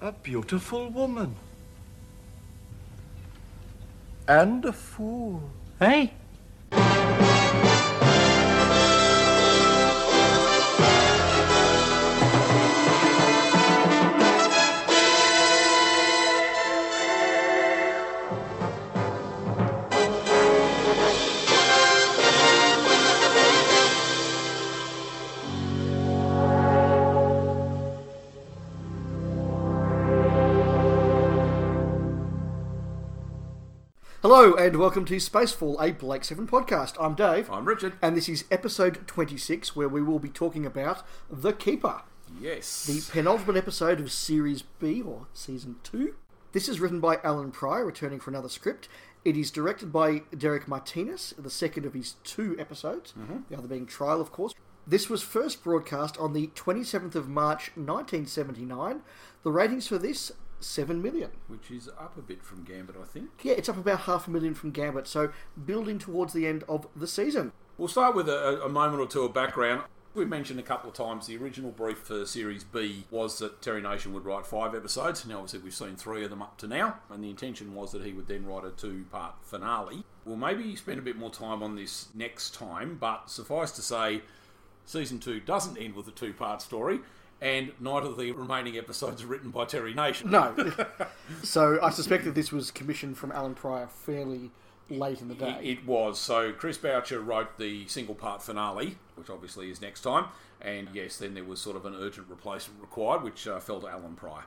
A beautiful woman. And a fool. Hey, Hello and welcome to Spacefall, a Blake 7 podcast. I'm Dave. I'm Richard. And this is episode 26, where we will be talking about The Keeper, Yes. the penultimate episode of Series B, or Season 2. This is written by Alan Pryor, returning for another script. It is directed by Derek Martinez, the second of his two episodes, the other being Trial, of course. This was first broadcast on the 27th of March 1979. The ratings for this, 7 million. Which is up a bit from Gambit, I think. Yeah, it's up about half a million from Gambit, so building towards the end of the season. We'll start with a, a moment or two of background. We've mentioned a couple of times the original brief for Series B was that Terry Nation would write five episodes. Now, obviously, we've seen three of them up to now, and the intention was that he would then write a two part finale. We'll maybe spend a bit more time on this next time, but suffice to say, season two doesn't end with a two part story, and neither of the remaining episodes are written by Terry Nation. No. so I suspect that this was commissioned from Alan Pryor fairly late in the day. Uh, It, it was. So Chris Boucher wrote the single part finale, which obviously is next time. And yes, then there was sort of an urgent replacement required, which uh, fell to Alan Pryor.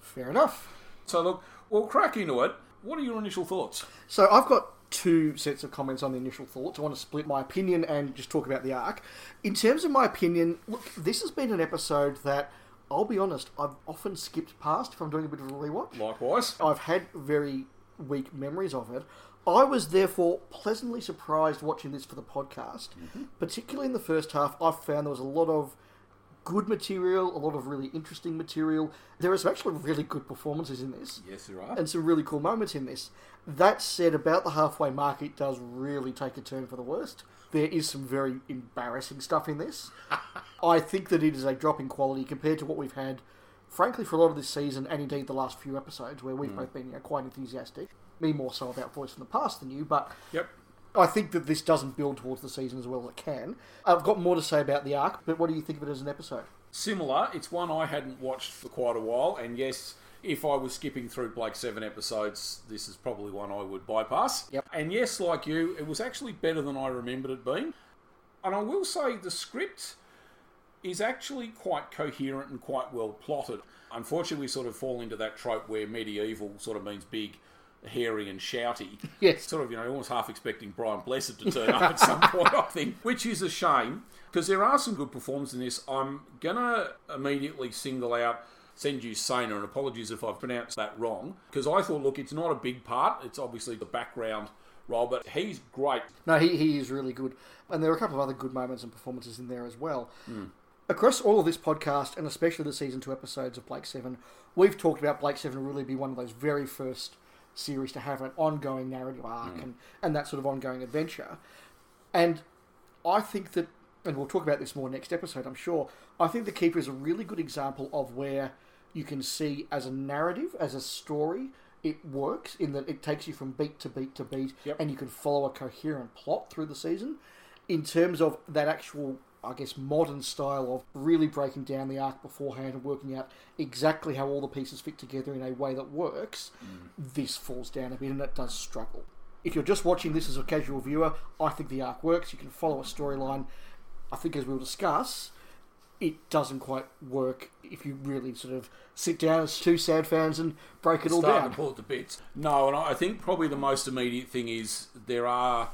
Fair enough. So look, we'll crack into it. What are your initial thoughts? So I've got two sets of comments on the initial thoughts. I want to split my opinion and just talk about the arc. In terms of my opinion, look, this has been an episode that, I'll be honest, I've often skipped past if I'm doing a bit of a rewatch. Likewise, I've had very weak memories of it. I was therefore pleasantly surprised watching this for the podcast, particularly in the first half. I found there was a lot of good material, a lot of really interesting material. There are some actually really good performances in this, yes, there are. and some really cool moments in this. That said, about the halfway mark, it does really take a turn for the worst. There is some very embarrassing stuff in this. I think that it is a drop in quality compared to what we've had, frankly, for a lot of this season and indeed the last few episodes, where we've both been you know, quite enthusiastic. Me more so about Voice from the Past than you, but Yep. I think that this doesn't build towards the season as well as it can. I've got more to say about the arc, but what do you think of it as an episode? Similar. It's one I hadn't watched for quite a while, and yes. If I was skipping through Blake's seven episodes, this is probably one I would bypass. Yep. And yes, like you, it was actually better than I remembered it being. And I will say the script is actually quite coherent and quite well plotted. Unfortunately, we sort of fall into that trope where medieval sort of means big, hairy, and shouty. Yes. Sort of, you know, almost half expecting Brian Blessed to turn up at some point, I think, which is a shame because there are some good performances in this. I'm going to immediately single out. Senju Sana, and apologies if I've pronounced that wrong, because I thought, look, it's not a big part. It's obviously the background role, but he's great. No, he, he is really good. And there are a couple of other good moments and performances in there as well. Across all of this podcast, and especially the season two episodes of Blake Seven, we've talked about Blake Seven really be one of those very first series to have an ongoing narrative arc and, and that sort of ongoing adventure. And I think that, and we'll talk about this more next episode, I'm sure. I think The Keeper is a really good example of where you can see as a narrative, as a story, it works in that it takes you from beat to beat to beat, Yep. and you can follow a coherent plot through the season. In terms of that actual, I guess, modern style of really breaking down the arc beforehand and working out exactly how all the pieces fit together in a way that works, this falls down a bit and it does struggle if you're just watching this as a casual viewer, I think the arc works. You can follow a storyline. I think, as we'll discuss, it doesn't quite work if you really sort of sit down as two sad fans and break it all starting down. to pull it to bits. No, and I I think probably the most immediate thing is there are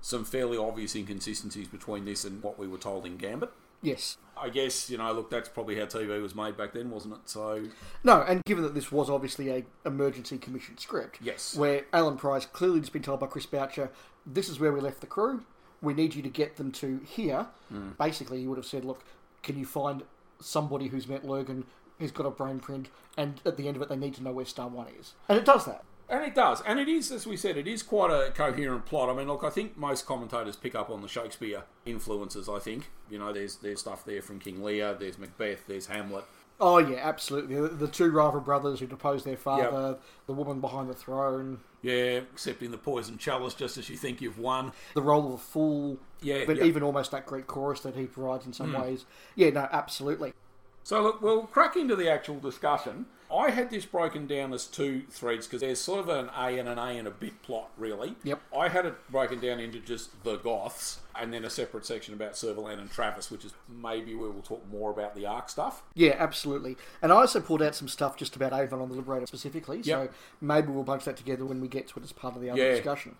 some fairly obvious inconsistencies between this and what we were told in Gambit. Yes. I guess you know, look, that's probably how TV was made back then, wasn't it? So No, and given that this was obviously a emergency commission script, Yes. where Alan Price clearly has been told by Chris Boucher, this is where we left the crew. We need you to get them to here. Hmm. Basically, he would have said, look, can you find somebody who's met Lurgan, who's got a brain print, and at the end of it, they need to know where Star One is, and it does that. And it does. And it is, as we said, it is quite a coherent plot. I mean, look, I think most commentators pick up on the Shakespeare influences, I think. You know, there's there's stuff there from King Lear, there's Macbeth, there's Hamlet. Oh yeah, absolutely. The, the two rival brothers who deposed their father, the woman behind the throne, Yeah, accepting the poison chalice just as you think you've won. the role of a fool. Yeah, Hmm. but yeah. even almost that great chorus that he provides in some ways. Yeah, no, absolutely. So, look, we'll crack into the actual discussion. I had this broken down as two threads because there's sort of an A and an A and a bit plot, really. Yep. I had it broken down into just the Goths and then a separate section about Servalan and Travis, which is maybe where we'll talk more about the arc stuff. Yeah, absolutely. And I also pulled out some stuff just about Avon on the Liberator specifically. So Yep. maybe we'll bunch that together when we get to it as part of the other Yeah. discussion.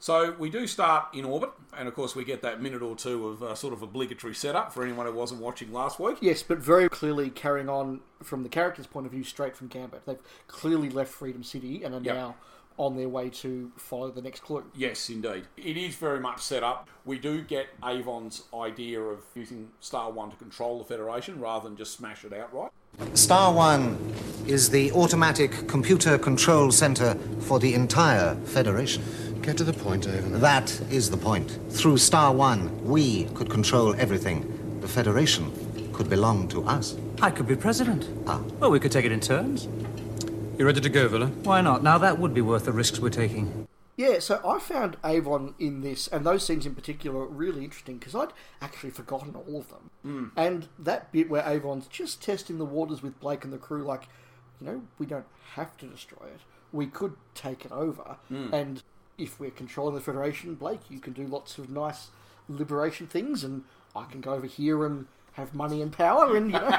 So we do start in orbit, and of course we get that minute or two of uh, sort of obligatory setup for anyone who wasn't watching last week. Yes, but very clearly carrying on from the character's point of view straight from Gambit. They've clearly left Freedom City and are Yep. now on their way to follow the next clue. Yes, indeed. It is very much set up. We do get Avon's idea of using Star One to control the Federation rather than just smash it outright. Star One is the automatic computer control center for the entire Federation. Get to the point, Avon. That is the point. Through Star One, we could control everything. The Federation could belong to us. I could be president. Ah. Well, we could take it in turns. You ready to go, Villa? Why not? Now that would be worth the risks we're taking. Yeah, so I found Avon in this and those scenes in particular really interesting because I'd actually forgotten all of them. Mm. And that bit where Avon's just testing the waters with Blake and the crew, like, you know, we don't have to destroy it. We could take it over. And if we're controlling the Federation, Blake, you can do lots of nice liberation things, and I can go over here and have money and power, and you know.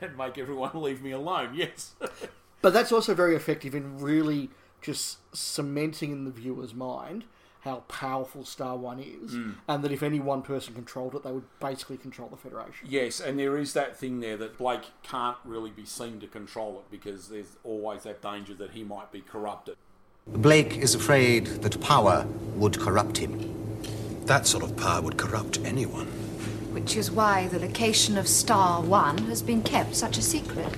and make everyone leave me alone. Yes. But that's also very effective in really just cementing in the viewer's mind how powerful Star One is, Hmm. and that if any one person controlled it, they would basically control the Federation. yes, and there is that thing there that Blake can't really be seen to control it because there's always that danger that he might be corrupted. Blake is afraid that power would corrupt him. That sort of power would corrupt anyone. Which is why the location of Star One has been kept such a secret.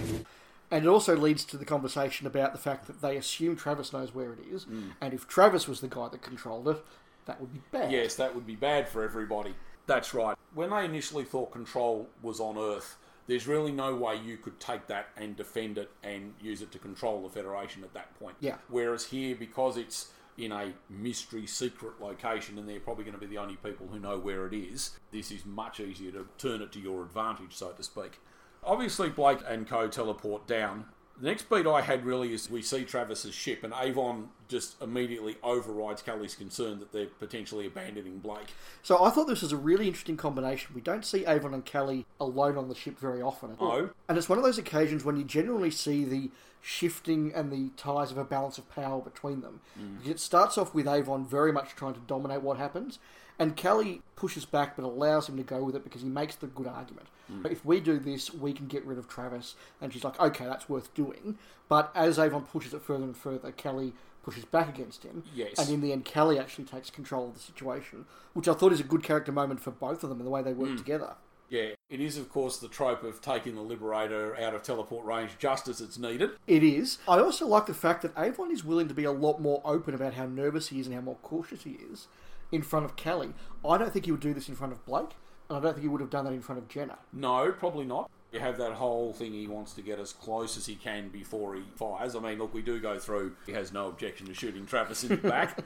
And it also leads to the conversation about the fact that they assume Travis knows where it is, Hmm. and if Travis was the guy that controlled it, that would be bad. Yes, that would be bad for everybody. That's right. When they initially thought control was on Earth, there's really no way you could take that and defend it and use it to control the Federation at that point. Yeah. Whereas here, because it's in a mystery secret location and they're probably going to be the only people who know where it is, this is much easier to turn it to your advantage, so to speak. Obviously, Blake and co teleport down. The next beat I had really is we see Travis's ship, and Avon just immediately overrides Kelly's concern that they're potentially abandoning Blake. So I thought this was a really interesting combination. We don't see Avon and Kelly alone on the ship very often at all. No. And it's one of those occasions when you generally see the shifting and the ties of a balance of power between them. It starts off with Avon very much trying to dominate what happens, and Kelly pushes back but allows him to go with it because he makes the good argument. If we do this, we can get rid of Travis. And she's like, okay, that's worth doing. But as Avon pushes it further and further, Kelly pushes back against him. Yes. And in the end, Kelly actually takes control of the situation, which I thought is a good character moment for both of them and the way they work together. Yeah, it is, of course, the trope of taking the Liberator out of teleport range just as it's needed. It is. I also like the fact that Avon is willing to be a lot more open about how nervous he is and how more cautious he is in front of Kelly. I don't think he would do this in front of Blake, and I don't think he would have done that in front of Jenna. No, probably not. You have that whole thing he wants to get as close as he can before he fires. I mean, look, we do go through, he has no objection to shooting Travis in the back.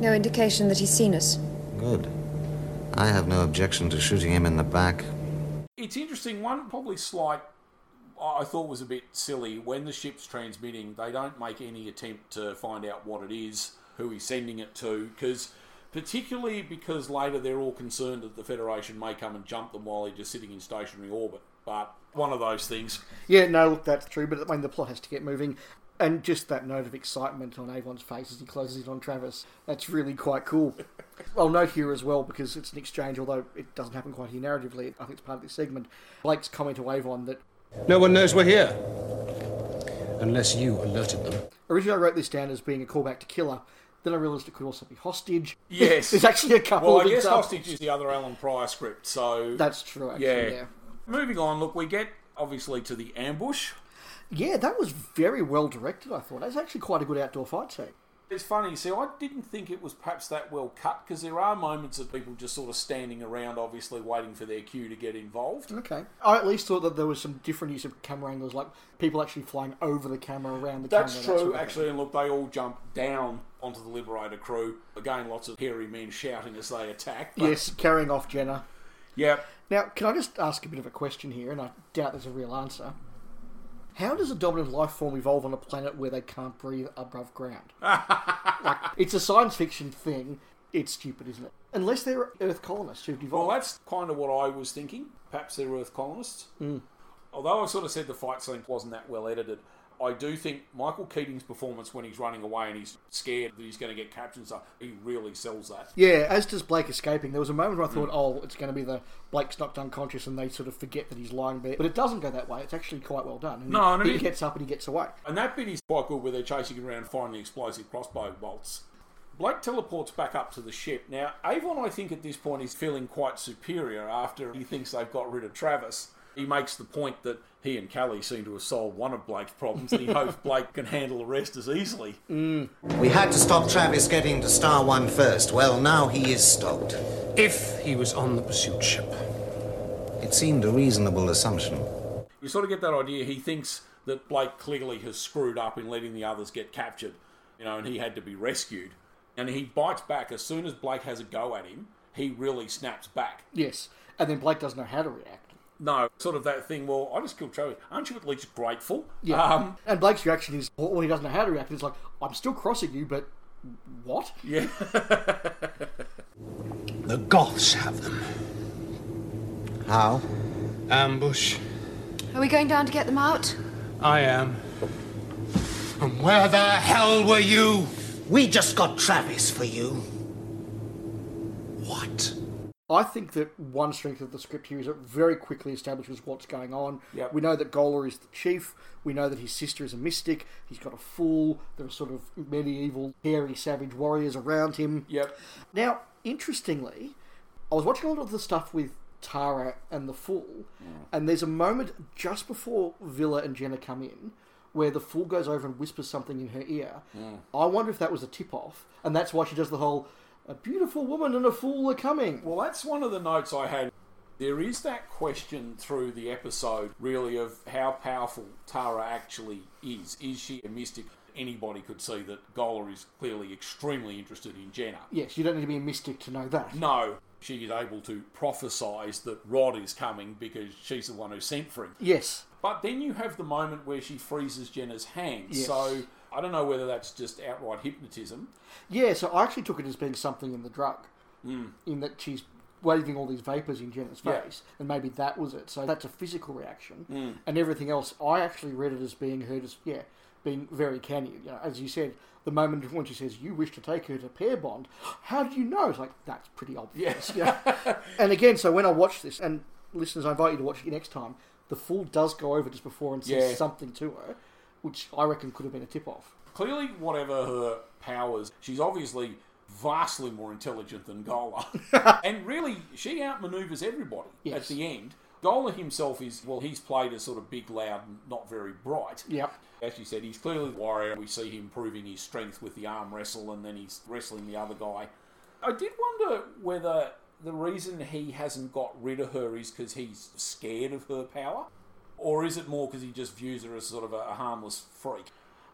No indication that he's seen us. Good. I have no objection to shooting him in the back. it's interesting, one probably slight I I thought was a bit silly. When the ship's transmitting, they don't make any attempt to find out what it is, who he's sending it to, because particularly because later they're all concerned that the Federation may come and jump them while they're just sitting in stationary orbit. But one of those things. Yeah, no, look, that's true, but I mean, the plot has to get moving. And just that note of excitement on Avon's face as he closes in on Travis, that's really quite cool. I'll note here as well, because it's an exchange, although it doesn't happen quite here narratively, I think it's part of this segment. Blake's comment to Avon that No one knows we're here. Unless you alerted them. originally I wrote this down as being a callback to Killer, then I realised it could also be Hostage. Yes. There's actually a couple Well, I of guess these up- Hostage is the other Alan Pryor script, so. That's true, actually, Yeah. yeah. yeah. Moving on, look, we get obviously to the ambush. that was very well directed, I thought. That's actually quite a good outdoor fight scene. It's funny, see, I didn't think it was perhaps that well cut because there are moments of people just sort of standing around, obviously waiting for their cue to get involved. Okay. I at least thought that there was some different use of camera angles, like people actually flying over the camera, around the That's camera. that sort true, of thing. actually, and look, they all jump down onto the Liberator crew. Again, lots of hairy men shouting as they attack. but- Yes, carrying off Jenna. Yep. Now, can I just ask a bit of a question here, and I doubt there's a real answer. How does a dominant life form evolve on a planet where they can't breathe above ground? like, it's a science fiction thing. It's stupid, isn't it? Unless they're Earth colonists who've Well, evolved. that's kind of what I was thinking. Perhaps they're Earth colonists. Although I sort of said the fight scene wasn't that well edited, I do think Michael Keating's performance when he's running away and he's scared that he's going to get captured and stuff, he really sells that. yeah, as does Blake escaping. There was a moment where I Hmm. thought, oh, it's going to be the Blake's knocked unconscious and they sort of forget that he's lying there. But it doesn't go that way. It's actually quite well done. And No, and I he mean- gets up and he gets away. And that bit is quite good where they're chasing around finding explosive crossbow bolts. Blake teleports back up to the ship. Now, Avon, I think at this point, is feeling quite superior after he thinks they've got rid of Travis. He makes the point that he and Callie seem to have solved one of Blake's problems, and he hopes Blake can handle the rest as easily. We had to stop Travis getting to Star One first. Well, now he is stopped. If he was on the pursuit ship. It seemed a reasonable assumption. You sort of get that idea. He thinks that Blake clearly has screwed up in letting the others get captured, you know, and he had to be rescued. And he bites back as soon as Blake has a go at him. He really snaps back. Yes. And then Blake doesn't know how to react. No, sort of that thing. Well, I just killed Travis. Aren't you at least grateful? Yeah. Um, and Blake's reaction is, or or he doesn't know how to react. It's like, I'm still crossing you, but what? yeah. The Goths have them. How? Ambush. Are we going down to get them out? I am. And where the hell were you? We just got Travis for you. What? I think that one strength of the script here is it very quickly establishes what's going on. Yep. We know that Gola is the chief. We know that his sister is a mystic. He's got a fool. There are sort of medieval, hairy, savage warriors around him. Yep. Now, interestingly, I was watching a lot of the stuff with Tara and the Fool, and there's a moment just before Villa and Jenna come in where the Fool goes over and whispers something in her ear. I wonder if that was a tip off, and that's why she does the whole. A beautiful woman and a fool are coming. Well, that's one of the notes I had. There is that question through the episode, really, of how powerful Tara actually is. Is she a mystic? Anybody could see that Gola is clearly extremely interested in Jenna. Yes, you don't need to be a mystic to know that. No, she is able to prophesize that Rod is coming because she's the one who sent for him. Yes. But then you have the moment where she freezes Jenna's hands. Yes. So I don't know whether that's just outright hypnotism. Yeah, so I actually took it as being something in the drug, in that she's waving all these vapors in Jenna's Hmm. Yeah. Hmm. face, and maybe that was it. So that's a physical reaction, and everything else. I actually read it as being her just yeah, being very canny. You know, as you said, the moment when she says you wish to take her to Pair Bond, how do you know? It's like that's pretty obvious. Yeah. and again, so when I watched this, and listeners, I invite you to watch it next time. The fool does go over just before and says Yeah. something to her, which I reckon could have been a tip off. Clearly, whatever her powers, she's obviously vastly more intelligent than Gola. and really, she outmaneuvers everybody Yes. at the end. Gola himself is, well, he's played as sort of big, loud, and not very bright. Yep. As you said, he's clearly the warrior. We see him proving his strength with the arm wrestle, and then he's wrestling the other guy. I did wonder whether the reason he hasn't got rid of her is because he's scared of her power, or is it more because he just views her as sort of a, a harmless freak?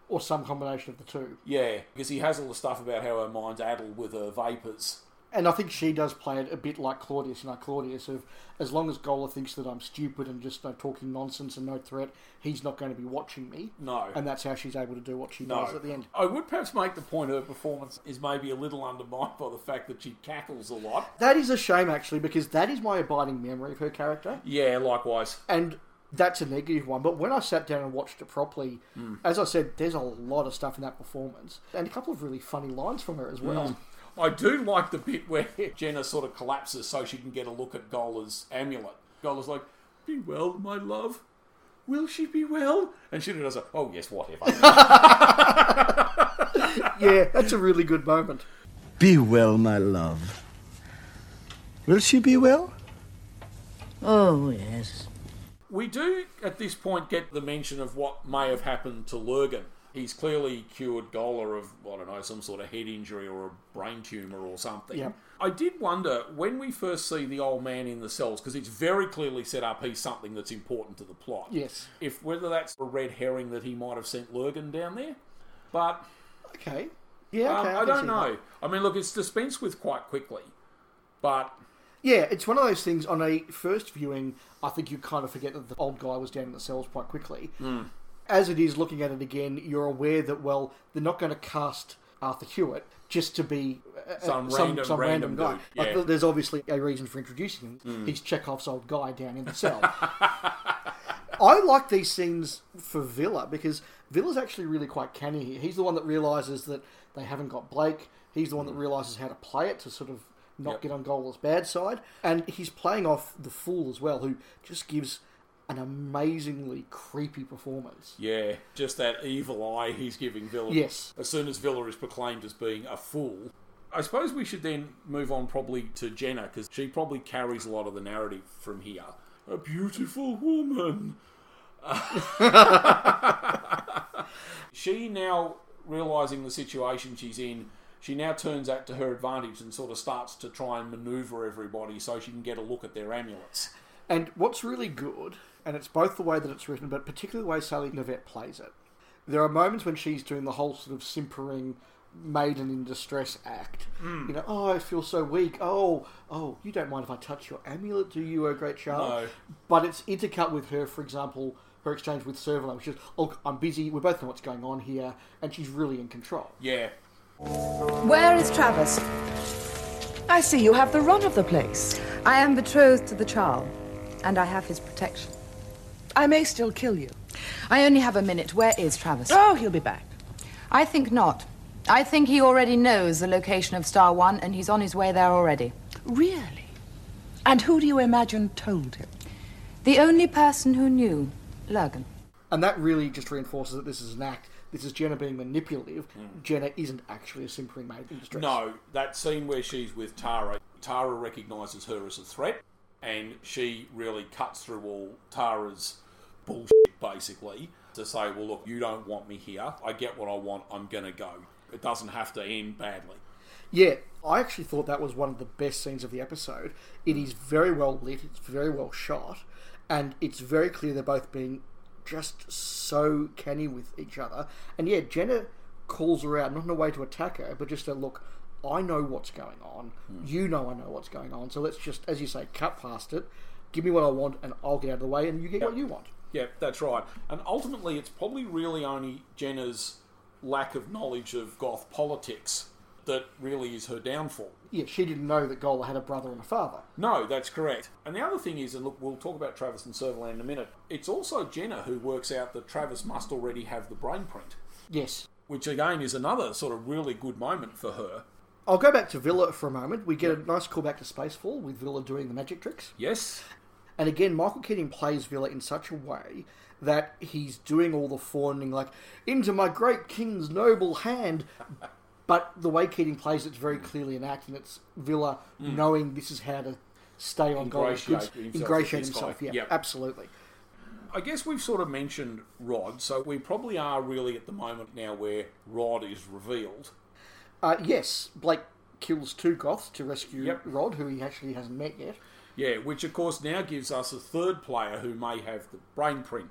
Or some combination of the two. Yeah, because he has all the stuff about how her mind's addled with her vapors. And I think she does play it a bit like Claudius, and like Claudius of as long as Gola thinks that I'm stupid and just no talking nonsense and no threat, he's not going to be watching me. No. And that's how she's able to do what she No. does at the end. I would perhaps make the point her performance is maybe a little undermined by the fact that she cackles a lot. That is a shame actually, because that is my abiding memory of her character. Yeah, likewise. And that's a negative one. But when I sat down and watched it properly, Hmm. as I said, there's a lot of stuff in that performance. And a couple of really funny lines from her as well. Um, I do like the bit where Jenna sort of collapses so she can get a look at Gola's amulet. Gola's like, Be well, my love. Will she be well? And she does a, Oh, yes, whatever. Yeah, that's a really good moment. Be well, my love. Will she be well? Oh, yes. we do at this point get the mention of what may have happened to Lurgan. He's clearly cured Gola of, I don't know, some sort of head injury or a brain tumour or something. Yeah. I did wonder when we first see the old man in the cells, because it's very clearly set up he's something that's important to the plot. Yes. If whether that's a red herring that he might have sent Lurgan down there. But Okay. Yeah, um, okay. I can don't see know. that. I mean, look, it's dispensed with quite quickly. But Yeah, it's one of those things on a first viewing, I think you kind of forget that the old guy was down in the cells quite quickly. Hmm. As it is, looking at it again, you're aware that, well, they're not going to cast Arthur Hewitt just to be uh, Some random- random dude, Like, yeah. Hmm. th- there's obviously a reason for introducing him. He's Chekhov's old guy down in the cell. I like these scenes for Villa because Villa's actually really quite canny here. He's the one that realizes that they haven't got Blake. He's the one that realizes how to play it to sort of not Yep. get on Gola's bad side. And he's playing off the fool as well, who just gives an amazingly creepy performance. yeah, just that evil eye he's giving Villa. Yes. As soon as Villa is proclaimed as being a fool. I suppose we should then move on probably to Jenna, because she probably carries a lot of the narrative from here. A beautiful woman. she now realizing the situation she's in she now turns that to her advantage and sort of starts to try and maneuver everybody so she can get a look at their amulets And what's really good, and it's both the way that it's written, but particularly the way Sally Nivette plays it. There are moments when she's doing the whole sort of simpering maiden in distress act. Hmm. You know, oh, I feel so weak. Oh, oh, you don't mind if I touch your amulet, do you, oh great Charlotte? No. But it's intercut with her, for example, her exchange with Servalan, which is, look, I'm busy, we both know what's going on here, and she's really in control. yeah Where is Travis? I see you have the run of the place. I am betrothed to the Charl, and I have his protection. I may still kill you. I only have a minute. Where is Travis? Oh, he'll be back. I think not. I think he already knows the location of Star One, and he's on his way there already. Really? And who do you imagine told him? The only person who knew, Lurgan. And that really just reinforces that this is an act. This is Jenna being manipulative. Jenna isn't actually a simpering maiden in distress. Hmm. no that scene where she's with tara tara recognizes her as a threat and she really cuts through all tara's bullshit basically to say well look you don't want me here i get what i want i'm gonna go it doesn't have to end badly Yeah, I actually thought that was one of the best scenes of the episode. It is very well lit, it's very well shot, and it's very clear they're both being just so canny with each other. And yeah, Jenna calls her out, not in a way to attack her, but just to look, I know what's going on. You know I know what's going on. So let's just, as you say, cut past it. Give me what I want, and I'll get out of the way, and you get what you want. Yeah, that's right. And ultimately, it's probably really only Jenna's lack of knowledge of goth politics that really is her downfall. Yeah, she didn't know that Gola had a brother and a father. No, that's correct. And the other thing is, and look, we'll talk about Travis and Servalan in a minute, it's also Jenna who works out that Travis must already have the brain print, Yes, which again is another sort of really good moment for her. I'll go back to Villa for a moment. We get a nice callback to Spacefall with Villa doing the magic tricks. Yes? And again, Michael Keating plays Villa in such a way that he's doing all the fawning, like, into my great king's noble hand. But the way Keating plays it's very clearly an act, and it's Villa knowing this is how to stay on goal. Mm. Ingratiate Good- himself with Ingratiate this himself, guy. yeah, Yep. absolutely. I guess we've sort of mentioned Rod, so we probably are really at the moment now where Rod is revealed. Uh, yes, Blake kills two goths to rescue Yep. Rod, who he actually hasn't met yet. Yeah, which of course now gives us a third player who may have the brain print.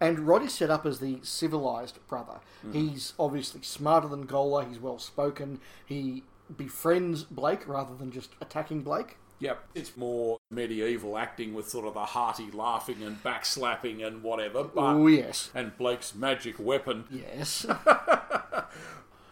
And Rod is set up as the civilized brother. He's obviously smarter than Gola, he's well spoken, he befriends Blake rather than just attacking Blake. Yep, it's more medieval acting with sort of the hearty laughing and backslapping and whatever. But Oh, yes. and Blake's magic weapon. Yes.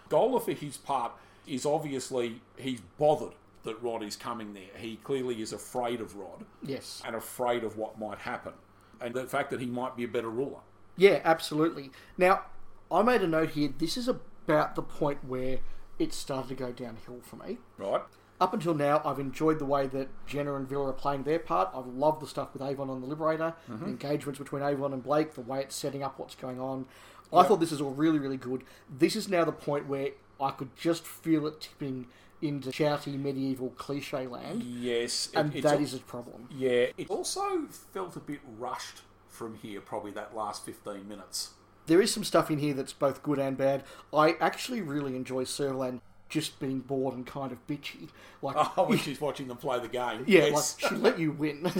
Gola, for his part, is obviously he's bothered that Rod is coming there. He clearly is afraid of Rod yes. and afraid of what might happen, and the fact that he might be a better ruler. Yeah, absolutely. Now, I made a note here. This is about the point where it started to go downhill for me. Right? Up until now, I've enjoyed the way that Jenna and Villa are playing their part. I've loved the stuff with Avon on the Liberator, Mm-hmm. the engagements between Avon and Blake, the way it's setting up what's going on. I thought this is all really, really good. This is now the point where I could just feel it tipping into shouty medieval cliche land, Yes, it- and it's that a- is a problem. Yeah, it also felt a bit rushed from here, probably that last 15 minutes. There is some stuff in here that's both good and bad. I actually really enjoy Servalan just being bored and kind of bitchy. Like, Oh, when she's watching them play the game. yeah, yes. like she let you win,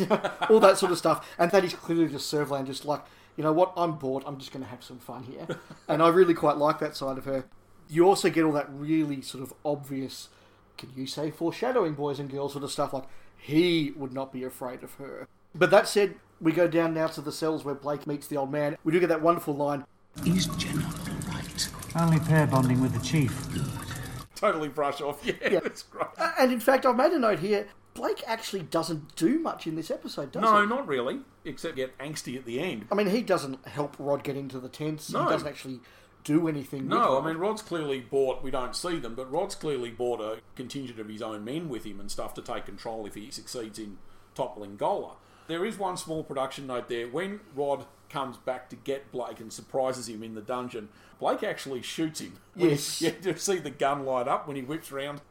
all that sort of stuff. And that is clearly just Servalan, just like you know what, I'm bored. I'm just going to have some fun here, and I really quite like that side of her. You also get all that really sort of obvious, can you say foreshadowing, boys and girls, sort of stuff. Like he would not be afraid of her. But that said, we go down now to the cells where Blake meets the old man. We do get that wonderful line. Is General right? Only pair bonding with the chief. totally brush off. Yeah, it's great. Uh, And in fact, I've made a note here. Blake actually doesn't do much in this episode, does No, he? not really, except get angsty at the end. I mean, he doesn't help Rod get into the tents. No. He doesn't actually do anything. with No, Rod. I mean Rod's clearly bought. We don't see them, but Rod's clearly bought a contingent of his own men with him and stuff to take control if he succeeds in toppling Gola. There is one small production note there. When Rod comes back to get Blake and surprises him in the dungeon, Blake actually shoots him. Yes. you do see the gun light up when he whips round.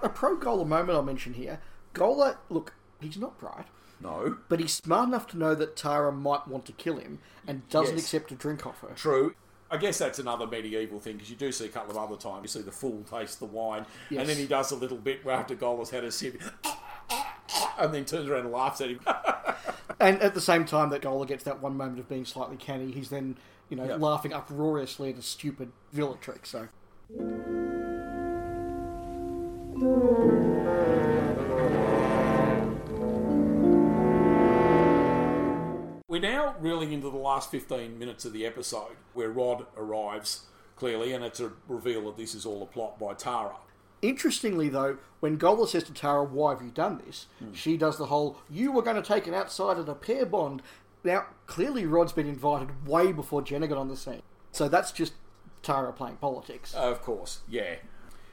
a pro Gola moment I'll mention here. Gola, look, he's not bright, No, but he's smart enough to know that Tara might want to kill him and doesn't Yes. accept a drink offer. True. I guess that's another medieval thing because you do see a couple of other times. You see the fool taste the wine, Yes. and then he does a little bit where after Gola's had a sip, and then turns around and laughs at him. And at the same time that Gola gets that one moment of being slightly canny, he's then, you know, laughing uproariously at a stupid villa trick. So We're now reeling into the last 15 minutes of the episode where Rod arrives, clearly, and it's a reveal that this is all a plot by Tara. Interestingly, though, when Gola says to Tara, Why have you done this? Hmm. she does the whole, You were going to take an outsider to pair bond. Now, clearly, Rod's been invited way before Jenna got on the scene. So that's just Tara playing politics. Of course, yeah.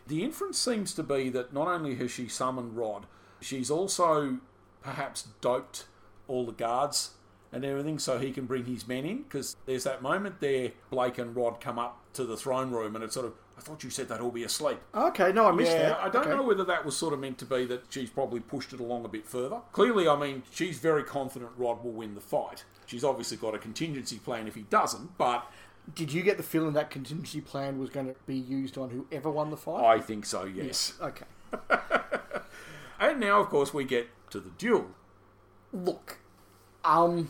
The inference seems to be that not only has she summoned Rod, she's also perhaps doped all the guards and everything so he can bring his men in. Because there's that moment there, Blake and Rod come up to the throne room, and it's sort of, I thought you said they'd all be asleep. Okay, no, I missed Yeah, that. I don't Okay. know whether that was sort of meant to be that she's probably pushed it along a bit further. Clearly, I mean, she's very confident Rod will win the fight. She's obviously got a contingency plan if he doesn't, but Did you get the feeling that contingency plan was going to be used on whoever won the fight? I think so, yes. Okay. And now, of course, we get to the duel. Look, um,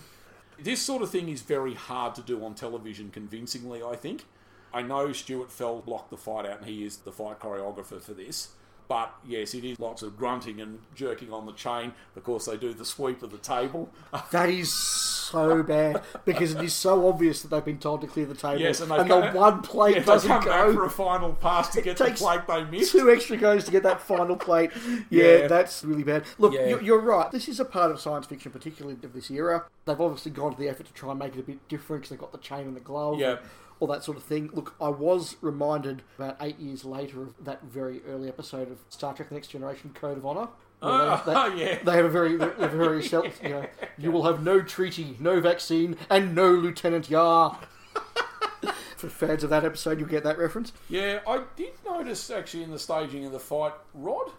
This sort of thing is very hard to do on television convincingly, I think. I know Stuart Fell blocked the fight out and he is the fight choreographer for this. But yes, it is lots of grunting and jerking on the chain. Of course, they do the sweep of the table. that is so bad because it is so obvious that they've been told to clear the table Yes, and, they the come- one plate yeah, doesn't they come go. back for a final pass to get the takes plate they missed. two extra goes to get that final plate. Yeah, Yeah. that's really bad. Look, Yeah. you- you're right. This is a part of science fiction, particularly of this era. They've obviously gone to the effort to try and make it a bit different because they've got the chain and the glove. Yeah. All that sort of thing. Look, I was reminded about eight years later of that very early episode of Star Trek: The Next Generation, Code of Honor. where Oh, they, they- yeah. they have a very, a very self. You know, you will have no treaty, no vaccine, and no Lieutenant Yar. For fans of that episode, you'll get that reference. Yeah, I did notice actually in the staging of the fight, Rod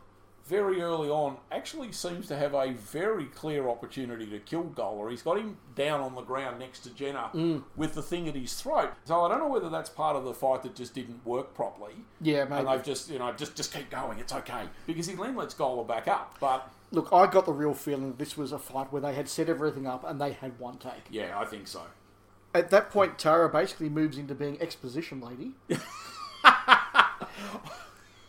very early on actually seems to have a very clear opportunity to kill Goller. He's got him down on the ground next to Jenna Mm. with the thing at his throat. So I don't know whether that's part of the fight that just didn't work properly. Yeah, And maybe. they've just, you know, just just keep going. It's okay because he then lets Goller back up. But Look, I got the real feeling that this was a fight where they had set everything up and they had one take. yeah, I think so. At that point, Tara basically moves into being exposition lady.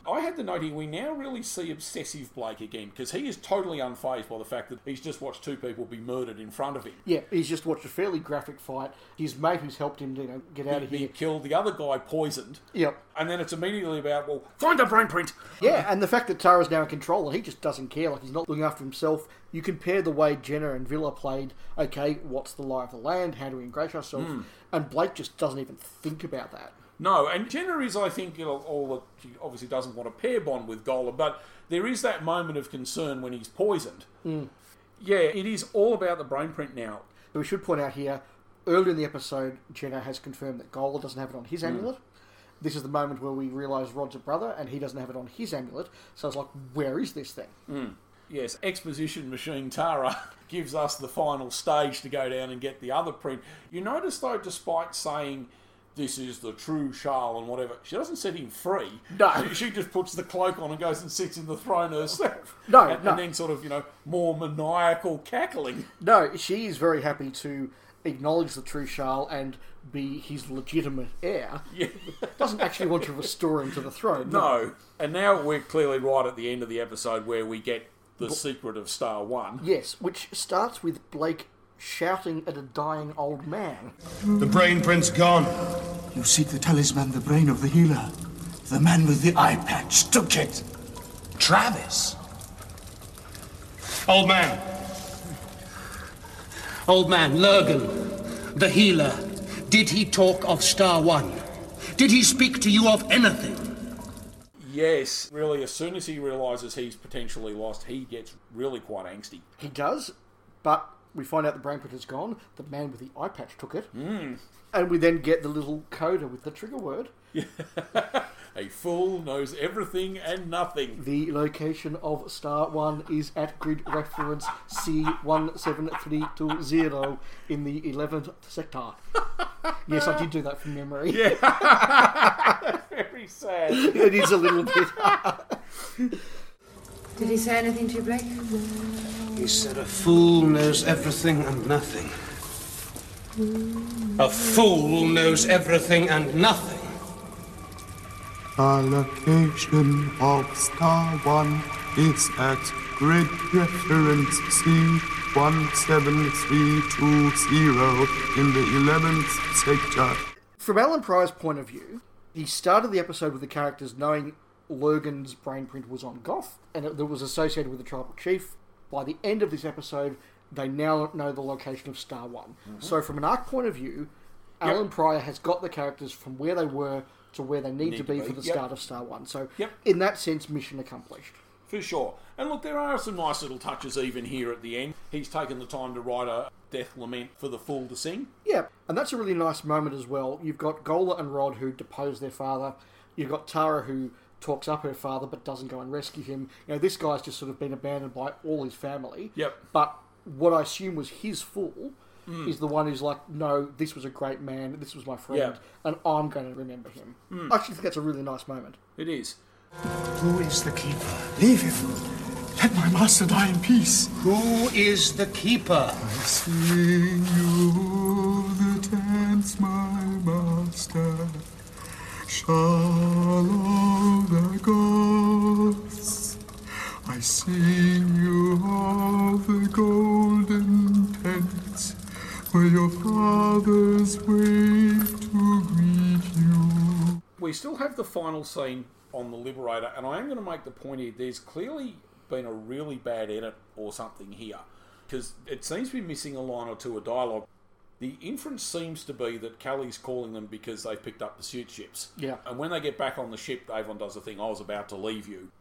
I had the note here, we now really see obsessive Blake again because he is totally unfazed by the fact that he's just watched two people be murdered in front of him. Yeah, he's just watched a fairly graphic fight. His mate, who's helped him, you know, get out of He here. killed the other guy poisoned. Yep. And then it's immediately about, well, find a brain print. Yeah, and the fact that Tara's now in control and he just doesn't care, like he's not looking after himself. You compare the way Jenna and Villa played, okay, what's the lie of the land? How do we ingratiate ourselves? And Blake just doesn't even think about that. No, and Jenna is, I think, you know, all that she obviously doesn't want a pair bond with Gola, but there is that moment of concern when he's poisoned. Yeah, it is all about the brain print now. But we should point out here, earlier in the episode, Jenna has confirmed that Gola doesn't have it on Hmm. his amulet. This is the moment Hmm. where we realise Rod's a brother and he doesn't have it on his amulet. So it's like, where is this thing? Yes, Exposition Machine Tara gives us the final stage to go down and get the other print. You notice, though, despite saying this is the true Charles and whatever, she doesn't set him free. No. She, she just puts the cloak on and goes and sits in the throne herself. No, and, no. and then sort of, you know, more maniacal cackling. No, she is very happy to acknowledge the true Charles and be his legitimate heir. Yeah. Doesn't actually want to restore him to the throne. No. And now we're clearly right at the end of the episode where we get the secret of Star One. Yes, which starts with Blake shouting at a dying old man. The brain print's gone. You seek the talisman, the brain of the healer. The man with the eye patch took it. Travis. Old man. Old man, Lurgan, the healer, did he talk of Star One? Did he speak to you of anything? Yes, really, as soon as he realises he's potentially lost, he gets really quite angsty. He does, but we find out the brain print is gone. The man with the eye patch took it. Mm. And we then get the little coda with the trigger word. A fool knows everything and nothing. The location of Star 1 is at grid reference C17320 in the 11th sector. yes, I did do that from memory. Very sad. it is a little bit. Did he say anything to you, Blake? He said a fool knows everything and nothing. A fool knows everything and nothing. The location of Star One is at grid reference C17320 in the 11th sector. From Alan Pryor's point of view, he started the episode with the characters knowing Lurgan's brain print was on Goth and it, that was associated with the tribal chief. By the end of this episode, they now know the location of Star One. So, from an arc point of view, Alan Pryor has got the characters from where they were to where they need, to be, for the yep. start of Star One. So, Yep. in that sense, mission accomplished. For sure. And look, there are some nice little touches even here at the end. He's taken the time to write a death lament for the fool to sing. Yeah, and that's a really nice moment as well. You've got Gola and Rod who depose their father. You've got Tara who talks up her father but doesn't go and rescue him. You know, this guy's just sort of been abandoned by all his family. Yep. But what I assume was his fool is the one who's like, no, this was a great man, this was my friend, and I'm going to remember him. I actually think that's a really nice moment. It is. Who is the keeper? Leave him. Let my master die in peace. Who is the keeper? Sing you the dance, my master. Shalom the gods. I sing you of the golden tents where your fathers wave to greet you. We still have the final scene on The Liberator, and I am going to make the point here there's clearly been a really bad edit or something here because it seems to be missing a line or two of dialogue. The inference seems to be that Callie's calling them because they've picked up pursuit ships. Yeah. And when they get back on the ship, Avon does the thing, I was about to leave you.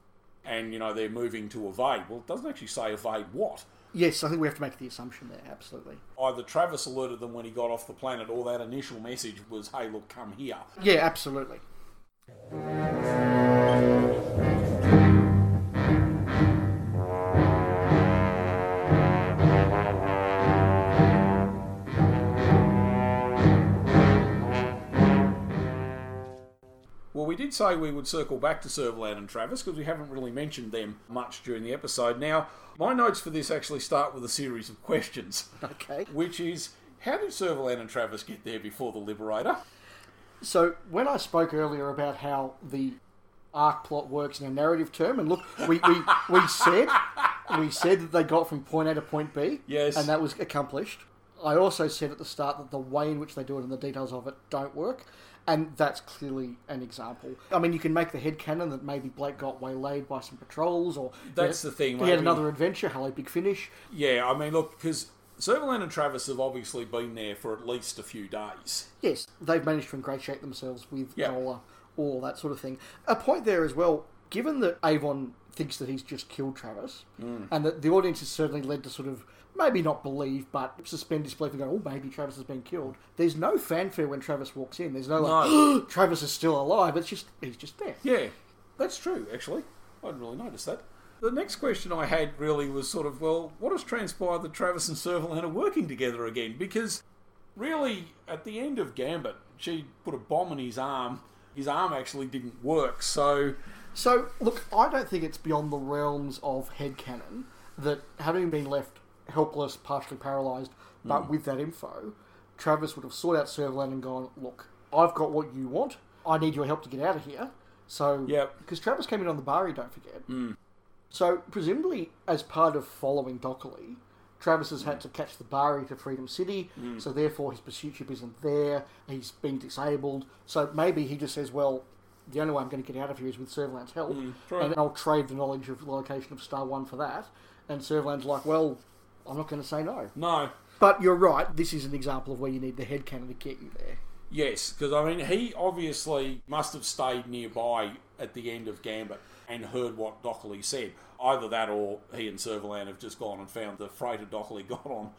And, you know, they're moving to evade. Well, it doesn't actually say evade what. Yes, I think we have to make the assumption there, absolutely. Either Travis alerted them when he got off the planet, or that initial message was, hey, look, come here. Yeah, absolutely. Well, we did say we would circle back to Servalan and Travis because we haven't really mentioned them much during the episode. Now, my notes for this actually start with a series of questions, Okay. which is how did Servalan and Travis get there before the Liberator? So when I spoke earlier about how the arc plot works in a narrative term, and look, we, we, we said we said that they got from point A to point B, Yes. and that was accomplished. I also said at the start that the way in which they do it and the details of it don't work, and that's clearly an example. I mean, you can make the head headcanon that maybe Blake got waylaid by some patrols, or That's the thing, He had maybe. another adventure. Hello, big finish. Yeah, I mean, look, because Servalan and Travis have obviously been there for at least a few days. Yes, they've managed to ingratiate themselves with Yeah. Nola, all that sort of thing. A point there as well, given that Avon thinks that he's just killed Travis, Mm. and that the audience is certainly led to sort of maybe not believe, but suspend disbelief and go, oh, maybe Travis has been killed. There's no fanfare when Travis walks in. There's no like, No. Travis is still alive. It's just, he's just there. Yeah, that's true, actually. I didn't really notice that. The next question I had really was sort of, well, what has transpired that Travis and Servalan are working together again? Because really, at the end of Gambit, she put a bomb in his arm. His arm actually didn't work, so. So, look, I don't think it's beyond the realms of headcanon that having been left helpless, partially paralysed, but Mm. with that info, Travis would have sought out Servalan and gone, look, I've got what you want. I need your help to get out of here. So, yeah, because Travis came in on the Bari, don't forget. Mm. So, presumably, as part of following Dockley, Travis has had to catch the Bari to Freedom City, Mm. so therefore his pursuit ship isn't there, he's been disabled, so maybe he just says, well, the only way I'm going to get out of here is with Servalan's help, right. and I'll trade the knowledge of the location of Star One for that. And Servalan's like, well, I'm not going to say no. No. But you're right, this is an example of where you need the headcanon to get you there. Yes, because I mean, he obviously must have stayed nearby at the end of Gambit and heard what Dockley said. Either that or he and Servalan have just gone and found the freighter Dockley got on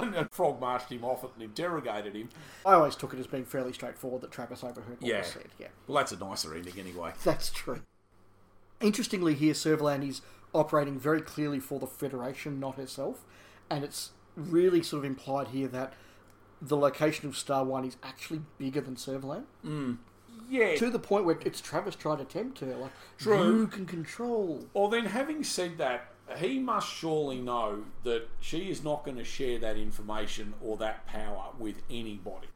and, and frog marched him off it and interrogated him. I always took it as being fairly straightforward that Travis overheard what Yeah. was said. Yeah, Well, that's a nicer ending anyway. that's true. Interestingly, here Servalan is operating very clearly for the Federation, not herself, and it's really sort of implied here that the location of Star One is actually bigger than Servalan. Mm. Yeah. To the point where it's Travis trying to tempt her, like True. you can control. Well, then, having said that, he must surely know that she is not going to share that information or that power with anybody.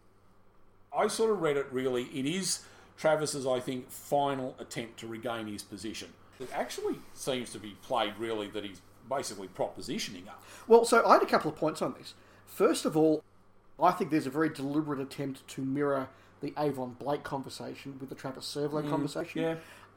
I sort of read it really, it is Travis's, I think, final attempt to regain his position. It actually seems to be played really that he's basically propositioning her. Well, so I had a couple of points on this. First of all, I think there's a very deliberate attempt to mirror the Avon Blake conversation with the Travis Servlo Mm, conversation. yeah.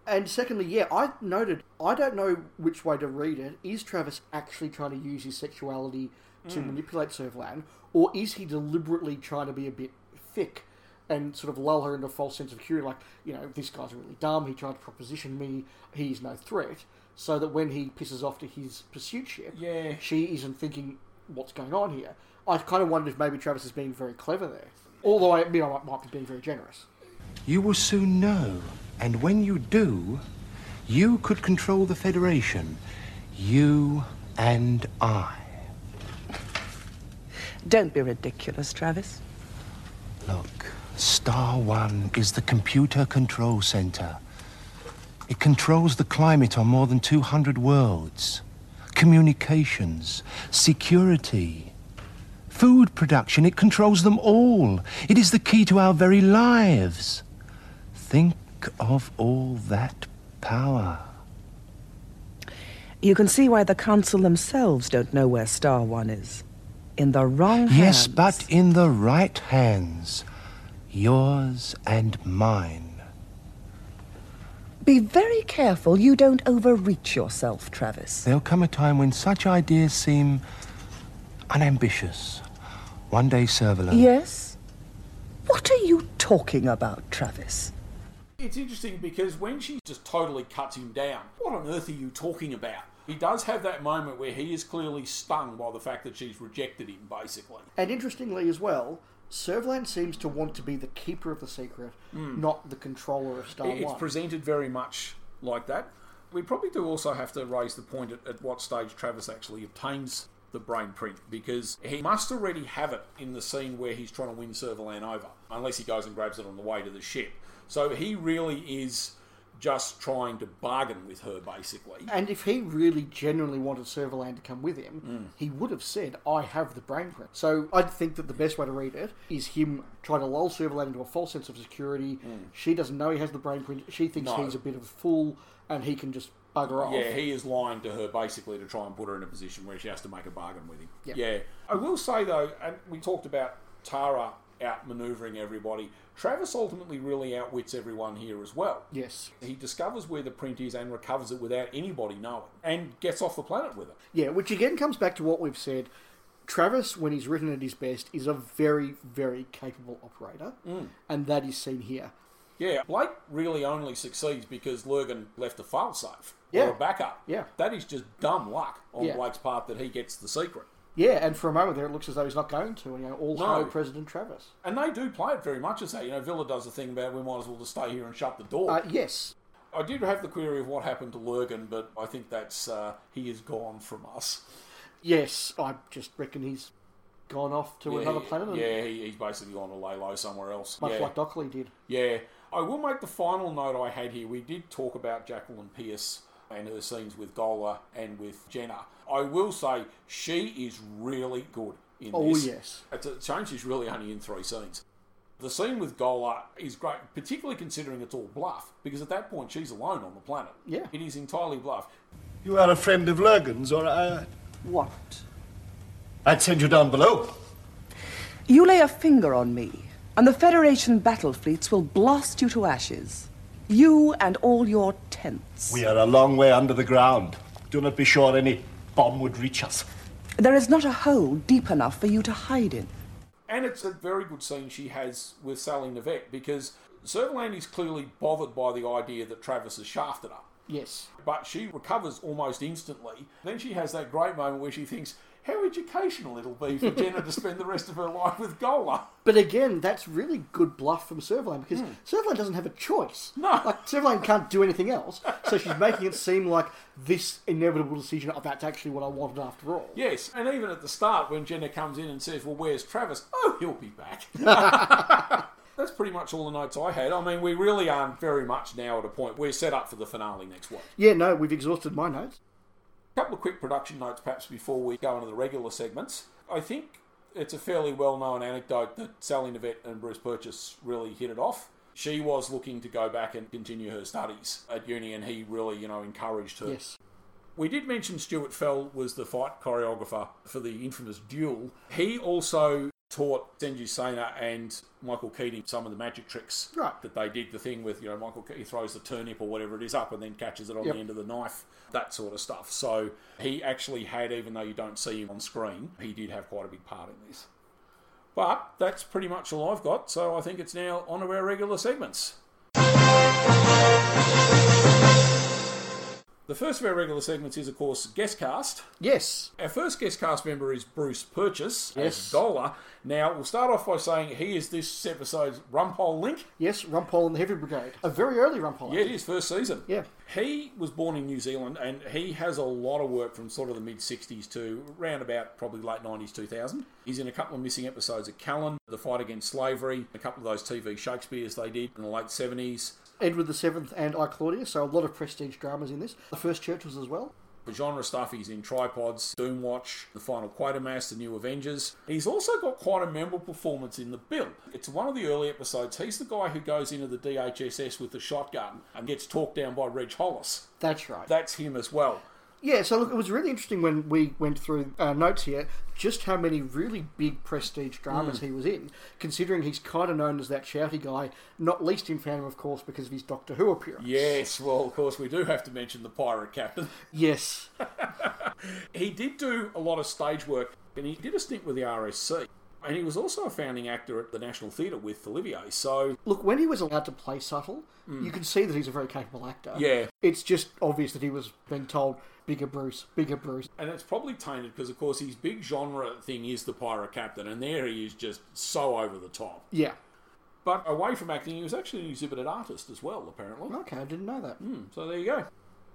And secondly, yeah, I noted I don't know which way to read it. Is Travis actually trying to use his sexuality to Mm. manipulate Servlan, or is he deliberately trying to be a bit thick and sort of lull her into a false sense of security? Like, you know, this guy's really dumb. He tried to proposition me. He's no threat. So that when he pisses off to his pursuit ship, yeah. she isn't thinking what's going on here. I kind of wondered if maybe Travis is being very clever there, although I, you know, I might be being very generous. You will soon know, and when you do, you could control the Federation. You and I. Don't be ridiculous, Travis. Look, Star One is the computer control center. It controls the climate on more than 200 worlds, communications, security, food production. It controls them all. It is the key to our very lives. Think of all that power. You can see why the Council themselves don't know where Star One is. In the wrong Yes, hands. but in the right hands. Yours and mine. Be very careful you don't overreach yourself, Travis. There'll come a time when such ideas seem unambitious. One day, Servalan. Yes? What are you talking about, Travis? It's interesting because when she just totally cuts him down, what on earth are you talking about? He does have that moment where he is clearly stung by the fact that she's rejected him, basically. And interestingly as well, Servland seems to want to be the keeper of the secret, Mm. not the controller of Star It- it's One. presented very much like that. We probably do also have to raise the point at, at what stage Travis actually obtains the brain print because he must already have it in the scene where he's trying to win Servalan over, unless he goes and grabs it on the way to the ship. So he really is just trying to bargain with her, basically. and if he really genuinely wanted Serverland to come with Mm. him, he would have said, I have the brain print. So I think that the best way to read it is him trying to lull Serverland into a false sense of security. She doesn't know he has the brain print. She thinks Mm. No. he's a bit of a fool and he can just bugger off. Yeah, he is lying to her basically to try and put her in a position where she has to make a bargain with him. Yep. Yeah. I will say though, and we talked about Tara outmaneuvering everybody. Travis ultimately really outwits everyone here as well. Yes. He discovers where the print is and recovers it without anybody knowing and gets off the planet with it. Yeah, which again comes back to what we've said. Travis, when he's written at his best, is a very, very capable operator, Mm. and that is seen here. Yeah, Blake really only succeeds because Lurgan left a failsafe Yeah. or a backup. Yeah. That is just dumb luck on Yeah. Blake's part that he gets the secret. Yeah, and for a moment there, it looks as though he's not going to. And, you know, all No. hail President Travis. And they do play it very much as that. You know, Villa does the thing about we might as well just stay here and shut the door. Uh, yes. I did have the query of what happened to Lurgan, but I think that's uh, he is gone from us. Yes, I just reckon he's gone off to Yeah, another he- planet. and- Yeah, he, he's basically gone to lay low somewhere else. Much yeah. like Dockley did. Yeah. I will make the final note I had here. We did talk about Jacqueline Pierce and her scenes with Gola and with Jenna. I will say she is really good in Oh, this. yes. It's a shame she's really only in three scenes. The scene with Gola is great, particularly considering it's all bluff, because at that point she's alone on the planet. Yeah. It is entirely bluff. You are a friend of Lurgan's, or I. What? I'd send you down below. You lay a finger on me, and the Federation battle fleets will blast you to ashes. You and all your tents. We are a long way under the ground. Do not be sure any bomb would reach us. There is not a hole deep enough for you to hide in. And it's a very good scene she has with Sally Nivette because Servalan is clearly bothered by the idea that Travis has shafted her. Yes. But she recovers almost instantly. Then she has that great moment where she thinks how educational it'll be for Jenna to spend the rest of her life with Gola. But again, that's really good bluff from Serverland because Hmm. Serverland doesn't have a choice. No. Like, Serverland can't do anything else. So she's making it seem like this inevitable decision of that's actually what I wanted after all. Yes, and even at the start when Jenna comes in and says, Well, where's Travis? Oh, he'll be back. That's pretty much all the notes I had. I mean, we really aren't very much now at a point. We're set up for the finale next week. Yeah, no, we've exhausted my notes. A couple of quick production notes, perhaps, before we go into the regular segments. I think it's a fairly well known anecdote that Sally Nivette and Bruce Purchase really hit it off. She was looking to go back and continue her studies at uni, and he really, you know, encouraged her. Yes. We did mention Stuart Fell was the fight choreographer for the infamous duel. He also taught Senju Sena and Michael Keating some of the magic tricks Right. that they did. The thing with, you know, Michael Ke- he throws the turnip or whatever it is up and then catches it on Yep. the end of the knife, that sort of stuff. So he actually had, even though you don't see him on screen, he did have quite a big part in this. But that's pretty much all I've got, so I think it's now on to our regular segments. The first of our regular segments is, of course, guest cast. Yes. Our first guest cast member is Bruce Purchase Yes. as Dollar. Now, we'll start off by saying he is this episode's Rumpole Link. Yes, Rumpole and the Heavy Brigade. A very early Rumpole. Yeah, it is first season. Yeah. He was born in New Zealand and he has a lot of work from sort of the mid 60s to round about probably late 90s, 2000. He's in a couple of missing episodes of Callan, The Fight Against Slavery, a couple of those TV Shakespeare's they did in the late 70s. Edward the Seventh and I Claudius, so a lot of prestige dramas in this. The First Church was as well. The genre stuff, he's in Tripods, Doomwatch, The Final Quatermass, The New Avengers. He's also got quite a memorable performance in The Bill. It's one of the early episodes. He's the guy who goes into the DHSS with the shotgun and gets talked down by Reg Hollis. That's right. That's him as well. Yeah, so look, it was really interesting when we went through our notes here just how many really big prestige dramas Mm. he was in, considering he's kind of known as that shouty guy, not least in fandom, of course, because of his Doctor Who appearance. Yes, well, of course, we do have to mention the pirate captain. Yes. He did do a lot of stage work and he did a stint with the RSC. And he was also a founding actor at the National Theatre with Olivier. So, Look, when he was allowed to play subtle, Mm. you can see that he's a very capable actor. Yeah. It's just obvious that he was being told, bigger Bruce, bigger Bruce. and it's probably tainted because, of course, his big genre thing is the pirate captain, and there he is just so over the top. Yeah. But away from acting, he was actually an exhibited artist as well, apparently. Hmm, Okay, I didn't know that. So there you go.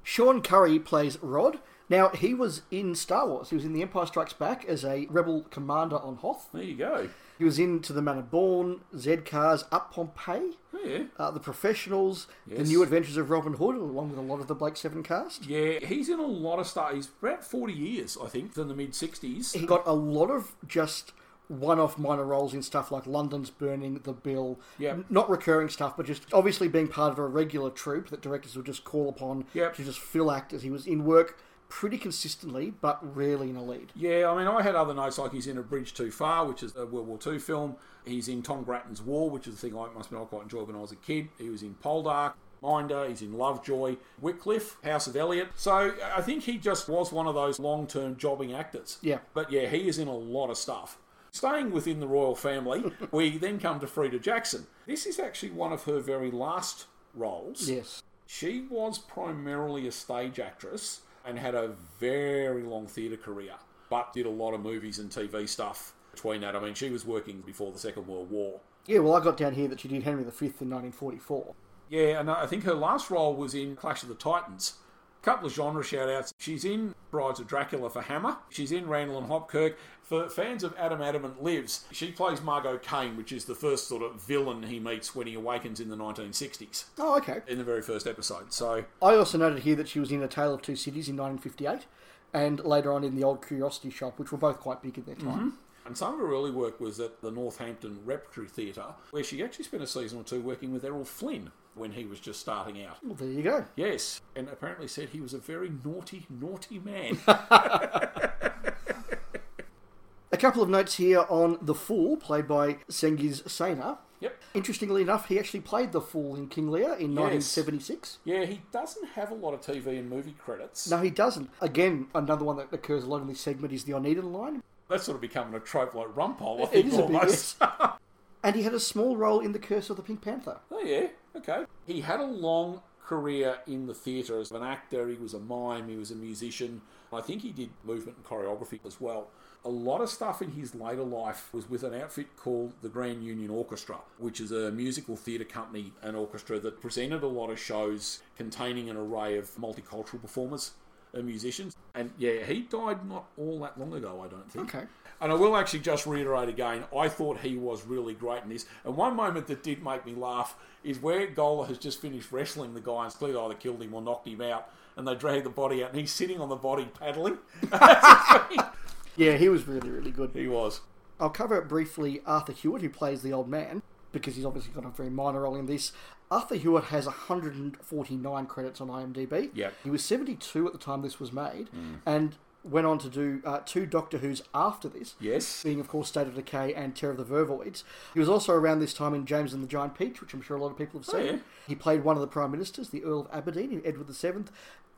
Sean Curry plays Rod. Now, he was in Star Wars. He was in The Empire Strikes Back as a rebel commander on Hoth. There you go. He was in To the Man of Born, Zed Cars, Up Pompeii, Yeah. uh, The Professionals, The Yes. New Adventures of Robin Hood, along with a lot of the Blake Seven cast. Yeah, he's in a lot of stuff. He's about 40 years, I think, in the mid 60s. He got a lot of just one-off minor roles in stuff like London's Burning, The Bill. Yep. N- Not recurring stuff, but just obviously being part of a regular troupe that directors would just call upon Yep. to just fill actors. He was in work pretty consistently, but rarely in a lead. Yeah, I mean, I had other notes like he's in A Bridge Too Far, which is a World War II film. He's in Tom Grattan's War, which is a thing I must admit I quite enjoyed when I was a kid. He was in Poldark, Minder, he's in Lovejoy, Wycliffe, House of Elliot. So I think he just was one of those long term jobbing actors. Yeah. But yeah, he is in a lot of stuff. Staying within the royal family, we then come to Frida Jackson. This is actually one of her very last roles. Yes. She was primarily a stage actress and had a very long theatre career, but did a lot of movies and TV stuff between that. I mean, she was working before the Second World War. Yeah, well, I got down here that she did Henry V in 1944. Yeah, and I think her last role was in Clash of the Titans. A couple of genre shout outs. She's in Brides of Dracula for Hammer. She's in Randall and Hopkirk. For fans of Adam Adamant Lives, she plays Margot Kane, which is the first sort of villain he meets when he awakens in the 1960s. Oh, okay. In the very first episode. So, I also noted here that she was in A Tale of Two Cities in 1958 and later on in The Old Curiosity Shop, which were both quite big at their time. Mhm. And some of her early work was at the Northampton Repertory Theatre, where she actually spent a season or two working with Errol Flynn when he was just starting out. Well, there you go. Yes, and apparently said he was a very naughty, naughty man. A couple of notes here on The Fool, played by Sengiz Sena. Yep. Interestingly enough, he actually played The Fool in King Lear in Yes. 1976. yeah, he doesn't have a lot of TV and movie credits. No, he doesn't. Again, another one that occurs a lot in this segment is the Oneida line. That's sort of becoming a trope like Rumpole, I It think, is a bit, almost. And he had a small role in The Curse of the Pink Panther. Oh, yeah, okay. He had a long career in the theatre as an actor, he was a mime, he was a musician. I think he did movement and choreography as well. A lot of stuff in his later life was with an outfit called the Grand Union Orchestra, which is a musical theatre company and orchestra that presented a lot of shows containing an array of multicultural performers and musicians. And yeah, he died not all that long ago, I don't think. Okay. And I will actually just reiterate again, I thought he was really great in this. And one moment that did make me laugh is where Gola has just finished wrestling the guy and's clearly either killed him or knocked him out, and they drag the body out, and he's sitting on the body paddling. Yeah, he was really, really good. He was. I'll cover briefly Arthur Hewitt, who plays the old man, because he's obviously got a very minor role in this. Arthur Hewitt has 149 credits on IMDb. Yep. He was 72 at the time this was made, Mm. and went on to do uh, two Doctor Who's after this. Yes. Being, of course, State of Decay and Terror of the Vervoids. He was also around this time in James and the Giant Peach, which I'm sure a lot of people have Oh, seen. yeah. He played one of the Prime Ministers, the Earl of Aberdeen, in Edward VII.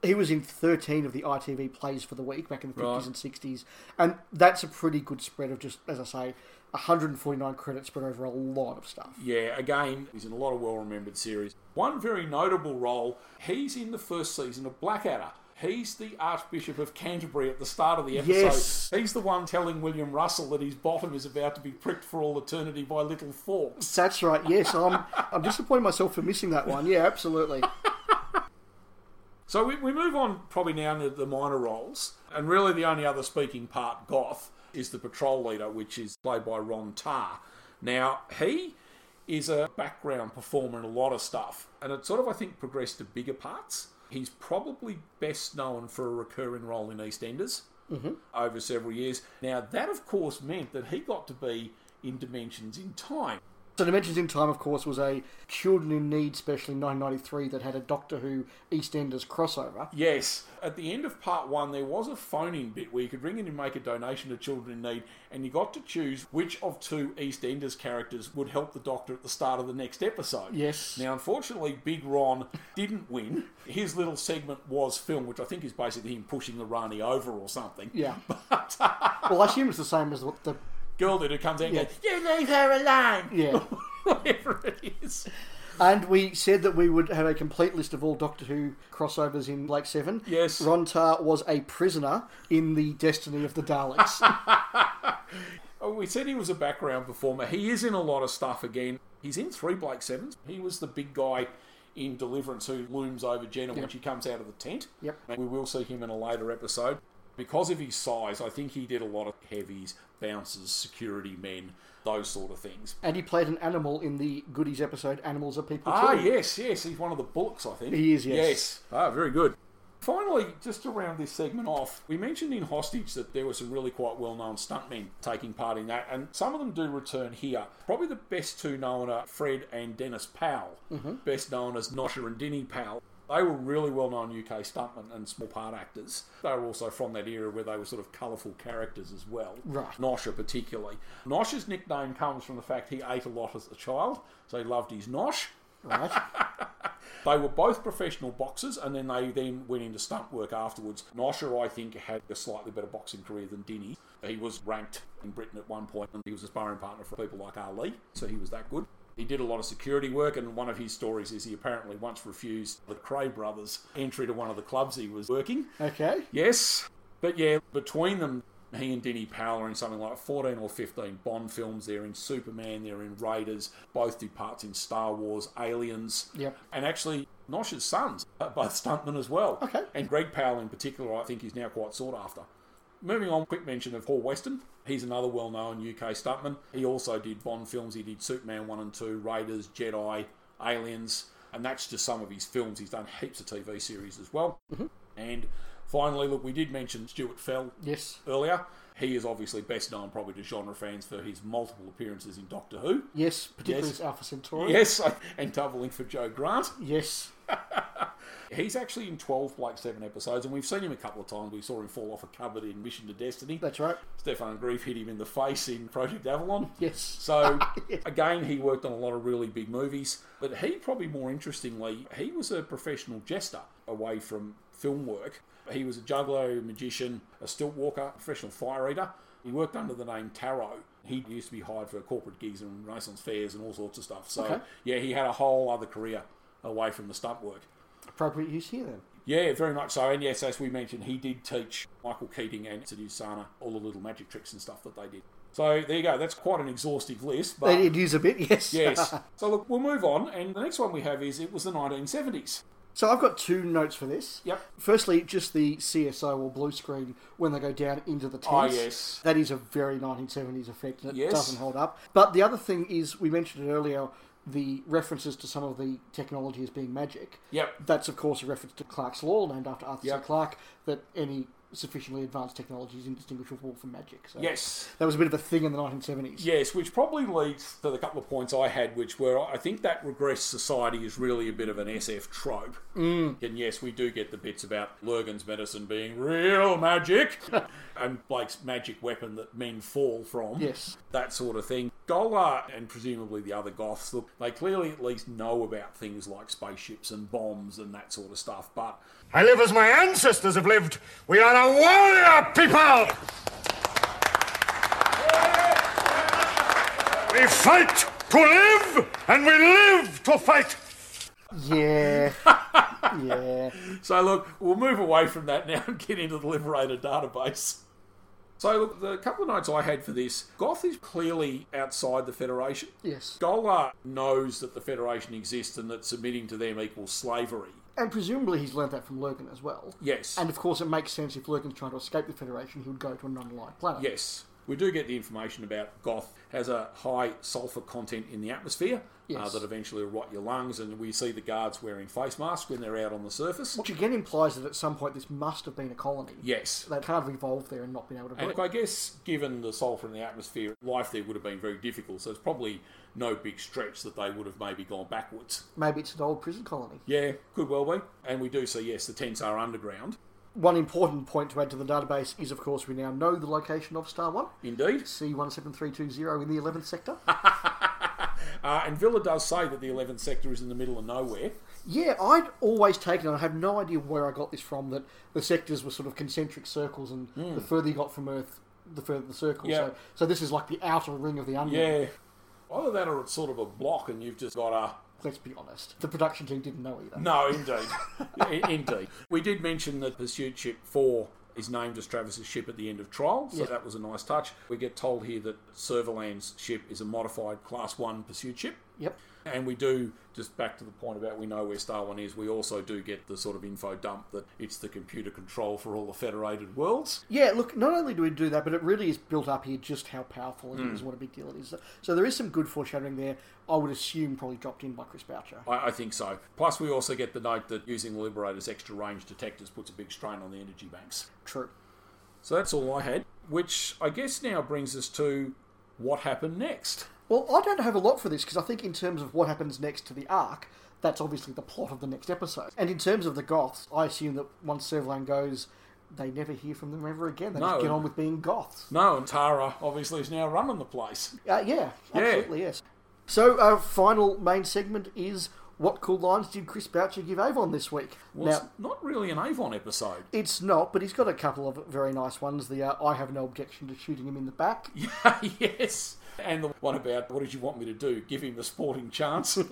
He was in 13 of the ITV plays for the week back in the 50s Right. and 60s. And that's a pretty good spread of just, as I say, 149 credits spread over a lot of stuff. Yeah, again, he's in a lot of well remembered series. One very notable role, he's in the first season of Blackadder. He's the Archbishop of Canterbury at the start of the episode. Yes. He's the one telling William Russell that his bottom is about to be pricked for all eternity by little forks. That's right, yes. I'm, I'm disappointed myself for missing that one. Yeah, absolutely. So we, we move on probably now to the minor roles, and really the only other speaking part, Goth, is the patrol leader, which is played by Ron Tarr. Now he is a background performer in a lot of stuff, and it sort of I think progressed to bigger parts. He's probably best known for a recurring role in EastEnders Mhm. over several years. Now that of course meant that he got to be in Dimensions in Time. So Dimensions in Time, of course, was a Children in Need special in 1993 that had a Doctor Who EastEnders crossover. Yes. At the end of part one, there was a phone in bit where you could ring in and make a donation to Children in Need, and you got to choose which of two EastEnders characters would help the Doctor at the start of the next episode. Yes. Now, unfortunately, Big Ron didn't win. His little segment was filmed, which I think is basically him pushing the Rani over or something. uh, Yeah. well, I assume it's the same as what the. Girl that who comes out and Yeah. goes, You leave her alone! Yeah. Whatever it is. And we said that we would have a complete list of all Doctor Who crossovers in Blake 7. Yes. Ron Tarr was a prisoner in the Destiny of the Daleks. Oh, we said he was a background performer. He is in a lot of stuff again. He's in three Blake Sevens. He was the big guy in Deliverance who looms over Jenna when Yep. she comes out of the tent. Yep. And we will see him in a later episode. Because of his size, I think he did a lot of heavies, bouncers, security men, those sort of things. and he played an animal in the Goodies episode Animals Are People Ah, Too. yes, yes. He's one of the bullocks, I think. He is, yes. Yes. Ah, very good. Finally, just to round this segment off, we mentioned in Hostage that there were some really quite well known stuntmen taking part in that, and some of them do return here. Probably the best two known are Fred and Dennis Powell, Mhm. best known as Nosher and Dinny Powell. They were really well known UK stuntmen and small part actors. They were also from that era where they were sort of colourful characters as well. Right. Nosher, particularly. Nosher's nickname comes from the fact he ate a lot as a child, so he loved his Nosh. Right. They were both professional boxers, and then they then went into stunt work afterwards. Nosher, I think, had a slightly better boxing career than Dinny. He was ranked in Britain at one point, and he was a sparring partner for people like Ali, so he was that good. He did a lot of security work, and one of his stories is he apparently once refused the Cray brothers' entry to one of the clubs he was working. Okay. Yes, but yeah, between them, He and Denny Powell are in something like 14 or 15 Bond films. They're in Superman, they're in Raiders, both do parts in Star Wars, Aliens. Yep. And actually, Nosh's sons are both stuntmen as well. Okay. And Greg Powell, in particular, I think is now quite sought after. Moving on, quick mention of Paul Weston. He's another well known UK stuntman. He also did Bond films. He did Superman 1 and 2, Raiders, Jedi, Aliens, and that's just some of his films. He's done heaps of TV series as well. Mm-hmm. And finally, look, we did mention Stuart Fell Yes. earlier. He is obviously best known probably to genre fans for his multiple appearances in Doctor Who. Yes, particularly Yes. as Alpha Centauri. Yes, and Double Link for Joe Grant. Yes. He's actually in 12 Blake 7 episodes, and we've seen him a couple of times. We saw him fall off a cupboard in Mission to Destiny. That's right. Stefan Grief hit him in the face in Project Avalon. Yes. So, again, he worked on a lot of really big movies, but he probably more interestingly, he was a professional jester away from film work. He was a juggler, a magician, a stilt walker, a professional fire eater. He worked under the name Tarot. He used to be hired for corporate gigs and Renaissance fairs and all sorts of stuff. So, Okay. yeah, he had a whole other career away from the stunt work. Appropriate use here then. Yeah, very much so. And yes, as we mentioned, he did teach Michael Keating and Sidhu Sana all the little magic tricks and stuff that they did. So there you go. That's quite an exhaustive list. But They did use a bit, yes. yes. So look, we'll move on. And the next one we have is it was the 1970s. So I've got two notes for this. Yep. Firstly, just the CSO or blue screen when they go down into the Ah, tents. yes. That is a very 1970s effect and it Yes. doesn't hold up. But the other thing is, we mentioned it earlier, the references to some of the technology as being magic. Yep. That's, of course, a reference to Clark's Law, named after Arthur Yep. C. Clarke, that any sufficiently advanced technology is indistinguishable from magic. So Yes. That was a bit of a thing in the 1970s. Yes, which probably leads to the couple of points I had, which were I think that regressed society is really a bit of an SF trope. Mm. And yes, we do get the bits about Lurgan's medicine being real magic and Blake's magic weapon that men fall from. Yes. That sort of thing. Golar and presumably the other Goths, look, they clearly at least know about things like spaceships and bombs and that sort of stuff, but I live as my ancestors have lived. We are a warrior people. We fight to live, and we live to fight. Yeah. yeah. So look, we'll move away from that now and get into the Liberator database. So look, the couple of notes I had for this, Goth is clearly outside the Federation. Yes. Golar knows that the Federation exists and that submitting to them equals slavery. And presumably he's learnt that from Lurgan as well. Yes. And of course, it makes sense if Lurgan's trying to escape the Federation, he would go to an unallied planet. Yes. We do get the information about Goth has a high sulfur content in the atmosphere uh, Yes. that eventually will rot your lungs, and we see the guards wearing face masks when they're out on the surface. Which again implies that at some point this must have been a colony. Yes. They can't have evolved there and not been able to And breed. look, I guess given the sulphur in the atmosphere, life there would have been very difficult. So it's probably no big stretch that they would have maybe gone backwards. Maybe it's an old prison colony. Yeah, could well be. And we do see, yes, the tents are underground. One important point to add to the database is, of course, we now know the location of Star One. Indeed. C17320 in the 11th sector. Uh, and Villa does say that the 11th sector is in the middle of nowhere. yeah, I'd always taken, and I have no idea where I got this from, that the sectors were sort of concentric circles, and Hmm. the further you got from Earth, the further the circle. Yeah. So, so this is like the outer ring of the onion. Yeah. Either that or it's sort of a block and you've just got a. Let's be honest. The production team didn't know either. No, indeed. I- indeed. We did mention that Pursuit Ship 4 is named as Travis's ship at the end of trial, so Yeah. that was a nice touch. We get told here that Serverland's ship is a modified Class 1 Pursuit ship. Yep. And we do, just back to the point about we know where Star One is, we also do get the sort of info dump that it's the computer control for all the Federated worlds. Yeah, look, not only do we do that, but it really is built up here just how powerful it is, Mm. what a big deal it is. So there is some good foreshadowing there, I would assume probably dropped in by Chris Boucher. I, I think so. Plus, we also get the note that using the Liberator's extra range detectors puts a big strain on the energy banks. True. So that's all I had, which I guess now brings us to what happened next. Well, I don't have a lot for this because I think, in terms of what happens next to the arc, that's obviously the plot of the next episode. And in terms of the Goths, I assume that once Servalan goes, they never hear from them ever again. They No. just get on with being Goths. No, and Tara obviously is now running the place. Uh, yeah, Yeah. absolutely, yes. So, our final main segment is what cool lines did Chris Boucher give Avon this week? Well, now, it's not really an Avon episode. It's not, but he's got a couple of very nice ones. The uh, I have no objection to shooting him in the back. yes. And the one about what did you want me to do? Give him the sporting chance.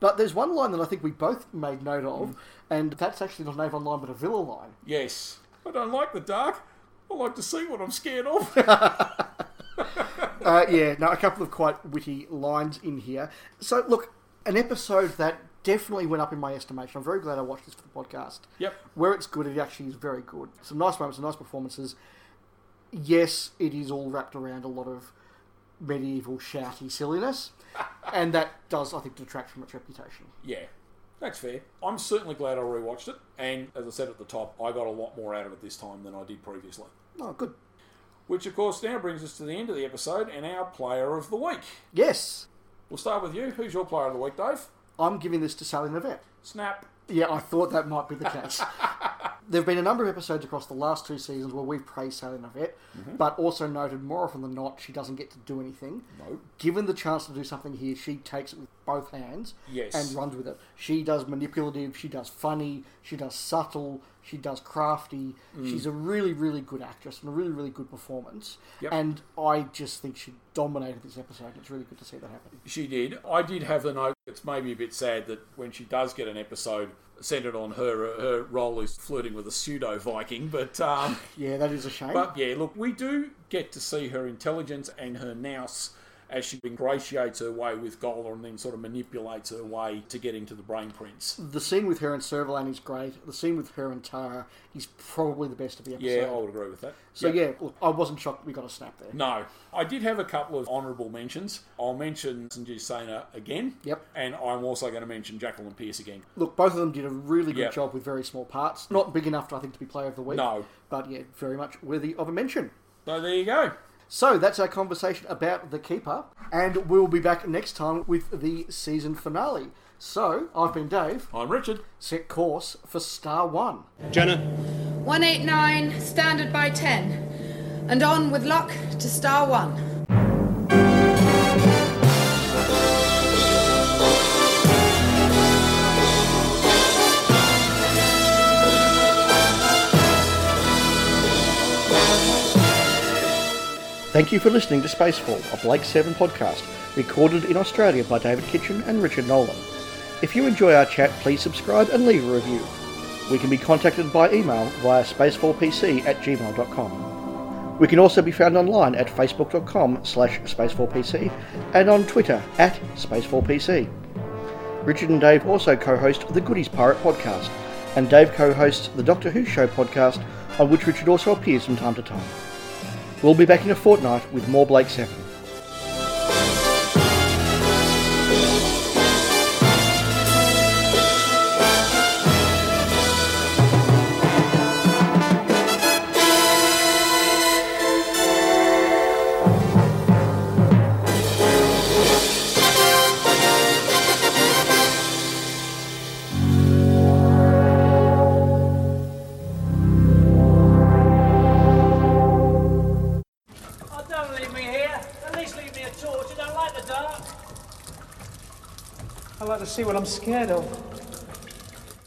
But there's one line that I think we both made note of, and that's actually not an Avon line but a Villa line. yes. I don't like the dark. I like to see what I'm scared of. uh, yeah, no, a couple of quite witty lines in here. So, look, an episode that definitely went up in my estimation. I'm very glad I watched this for the podcast. Yep. Where it's good, it actually is very good. Some nice moments, some nice performances. Yes, it is all wrapped around a lot of medieval shouty silliness, and that does, I think, detract from its reputation. Yeah, that's fair. I'm certainly glad I rewatched it, and as I said at the top, I got a lot more out of it this time than I did previously. Oh, good. Which, of course, now brings us to the end of the episode and our player of the week. Yes. We'll start with you. Who's your player of the week, Dave? I'm giving this to Sally Nivette. Snap. Yeah, I thought that might be the case. there have been a number of episodes across the last two seasons where we've praised Sally Navette, Mhm. but also noted more often than not she doesn't get to do anything. No. Given the chance to do something here, she takes it with both hands Yes. and runs with it. She does manipulative, she does funny, she does subtle, she does crafty. Mm. She's a really, really good actress and a really, really good performance. Yep. And I just think she dominated this episode. It's really good to see that happen. She did. I did have the note. It's maybe a bit sad that when she does get an episode centered on her, her role is flirting with a pseudo Viking. But um, Yeah, that is a shame. but yeah, look, we do get to see her intelligence and her nous as she ingratiates her way with Gola and then sort of manipulates her way to getting to the brain prints. The scene with her and Servalan is great. The scene with her and Tara is probably the best of the episode. Yeah, oh, I would agree with that. So Yep. yeah, look, I wasn't shocked we got a snap there. No, I did have a couple of honourable mentions. I'll mention Sanjeev Sena again. Yep. And I'm also going to mention Jacqueline Pierce again. Look, both of them did a really good Yep. job with very small parts. Not big enough, I think, to be player of the week. No. But yeah, very much worthy of a mention. So there you go. So that's our conversation about The Keeper. And we'll be back next time with the season finale. So I've been Dave. I'm Richard. Set course for Star One. Jenna. 189, standard by 10. And on with luck to Star 1. Thank you for listening to Spacefall, a Blake 7 podcast, recorded in Australia by David Kitchen and Richard Nolan. If you enjoy our chat, please subscribe and leave a review. We can be contacted by email via spacefallpc at gmail.com. We can also be found online at facebook.com slash spacefallpc and on Twitter at spacefallpc. Richard and Dave also co-host the Goodies Pirate podcast, and Dave co-hosts the Doctor Who Show podcast, on which Richard also appears from time to time. We'll be back in a fortnight with more Blake 7. Oh, don't leave me here. At least leave me a torch. I don't like the dark. I like to see what I'm scared of.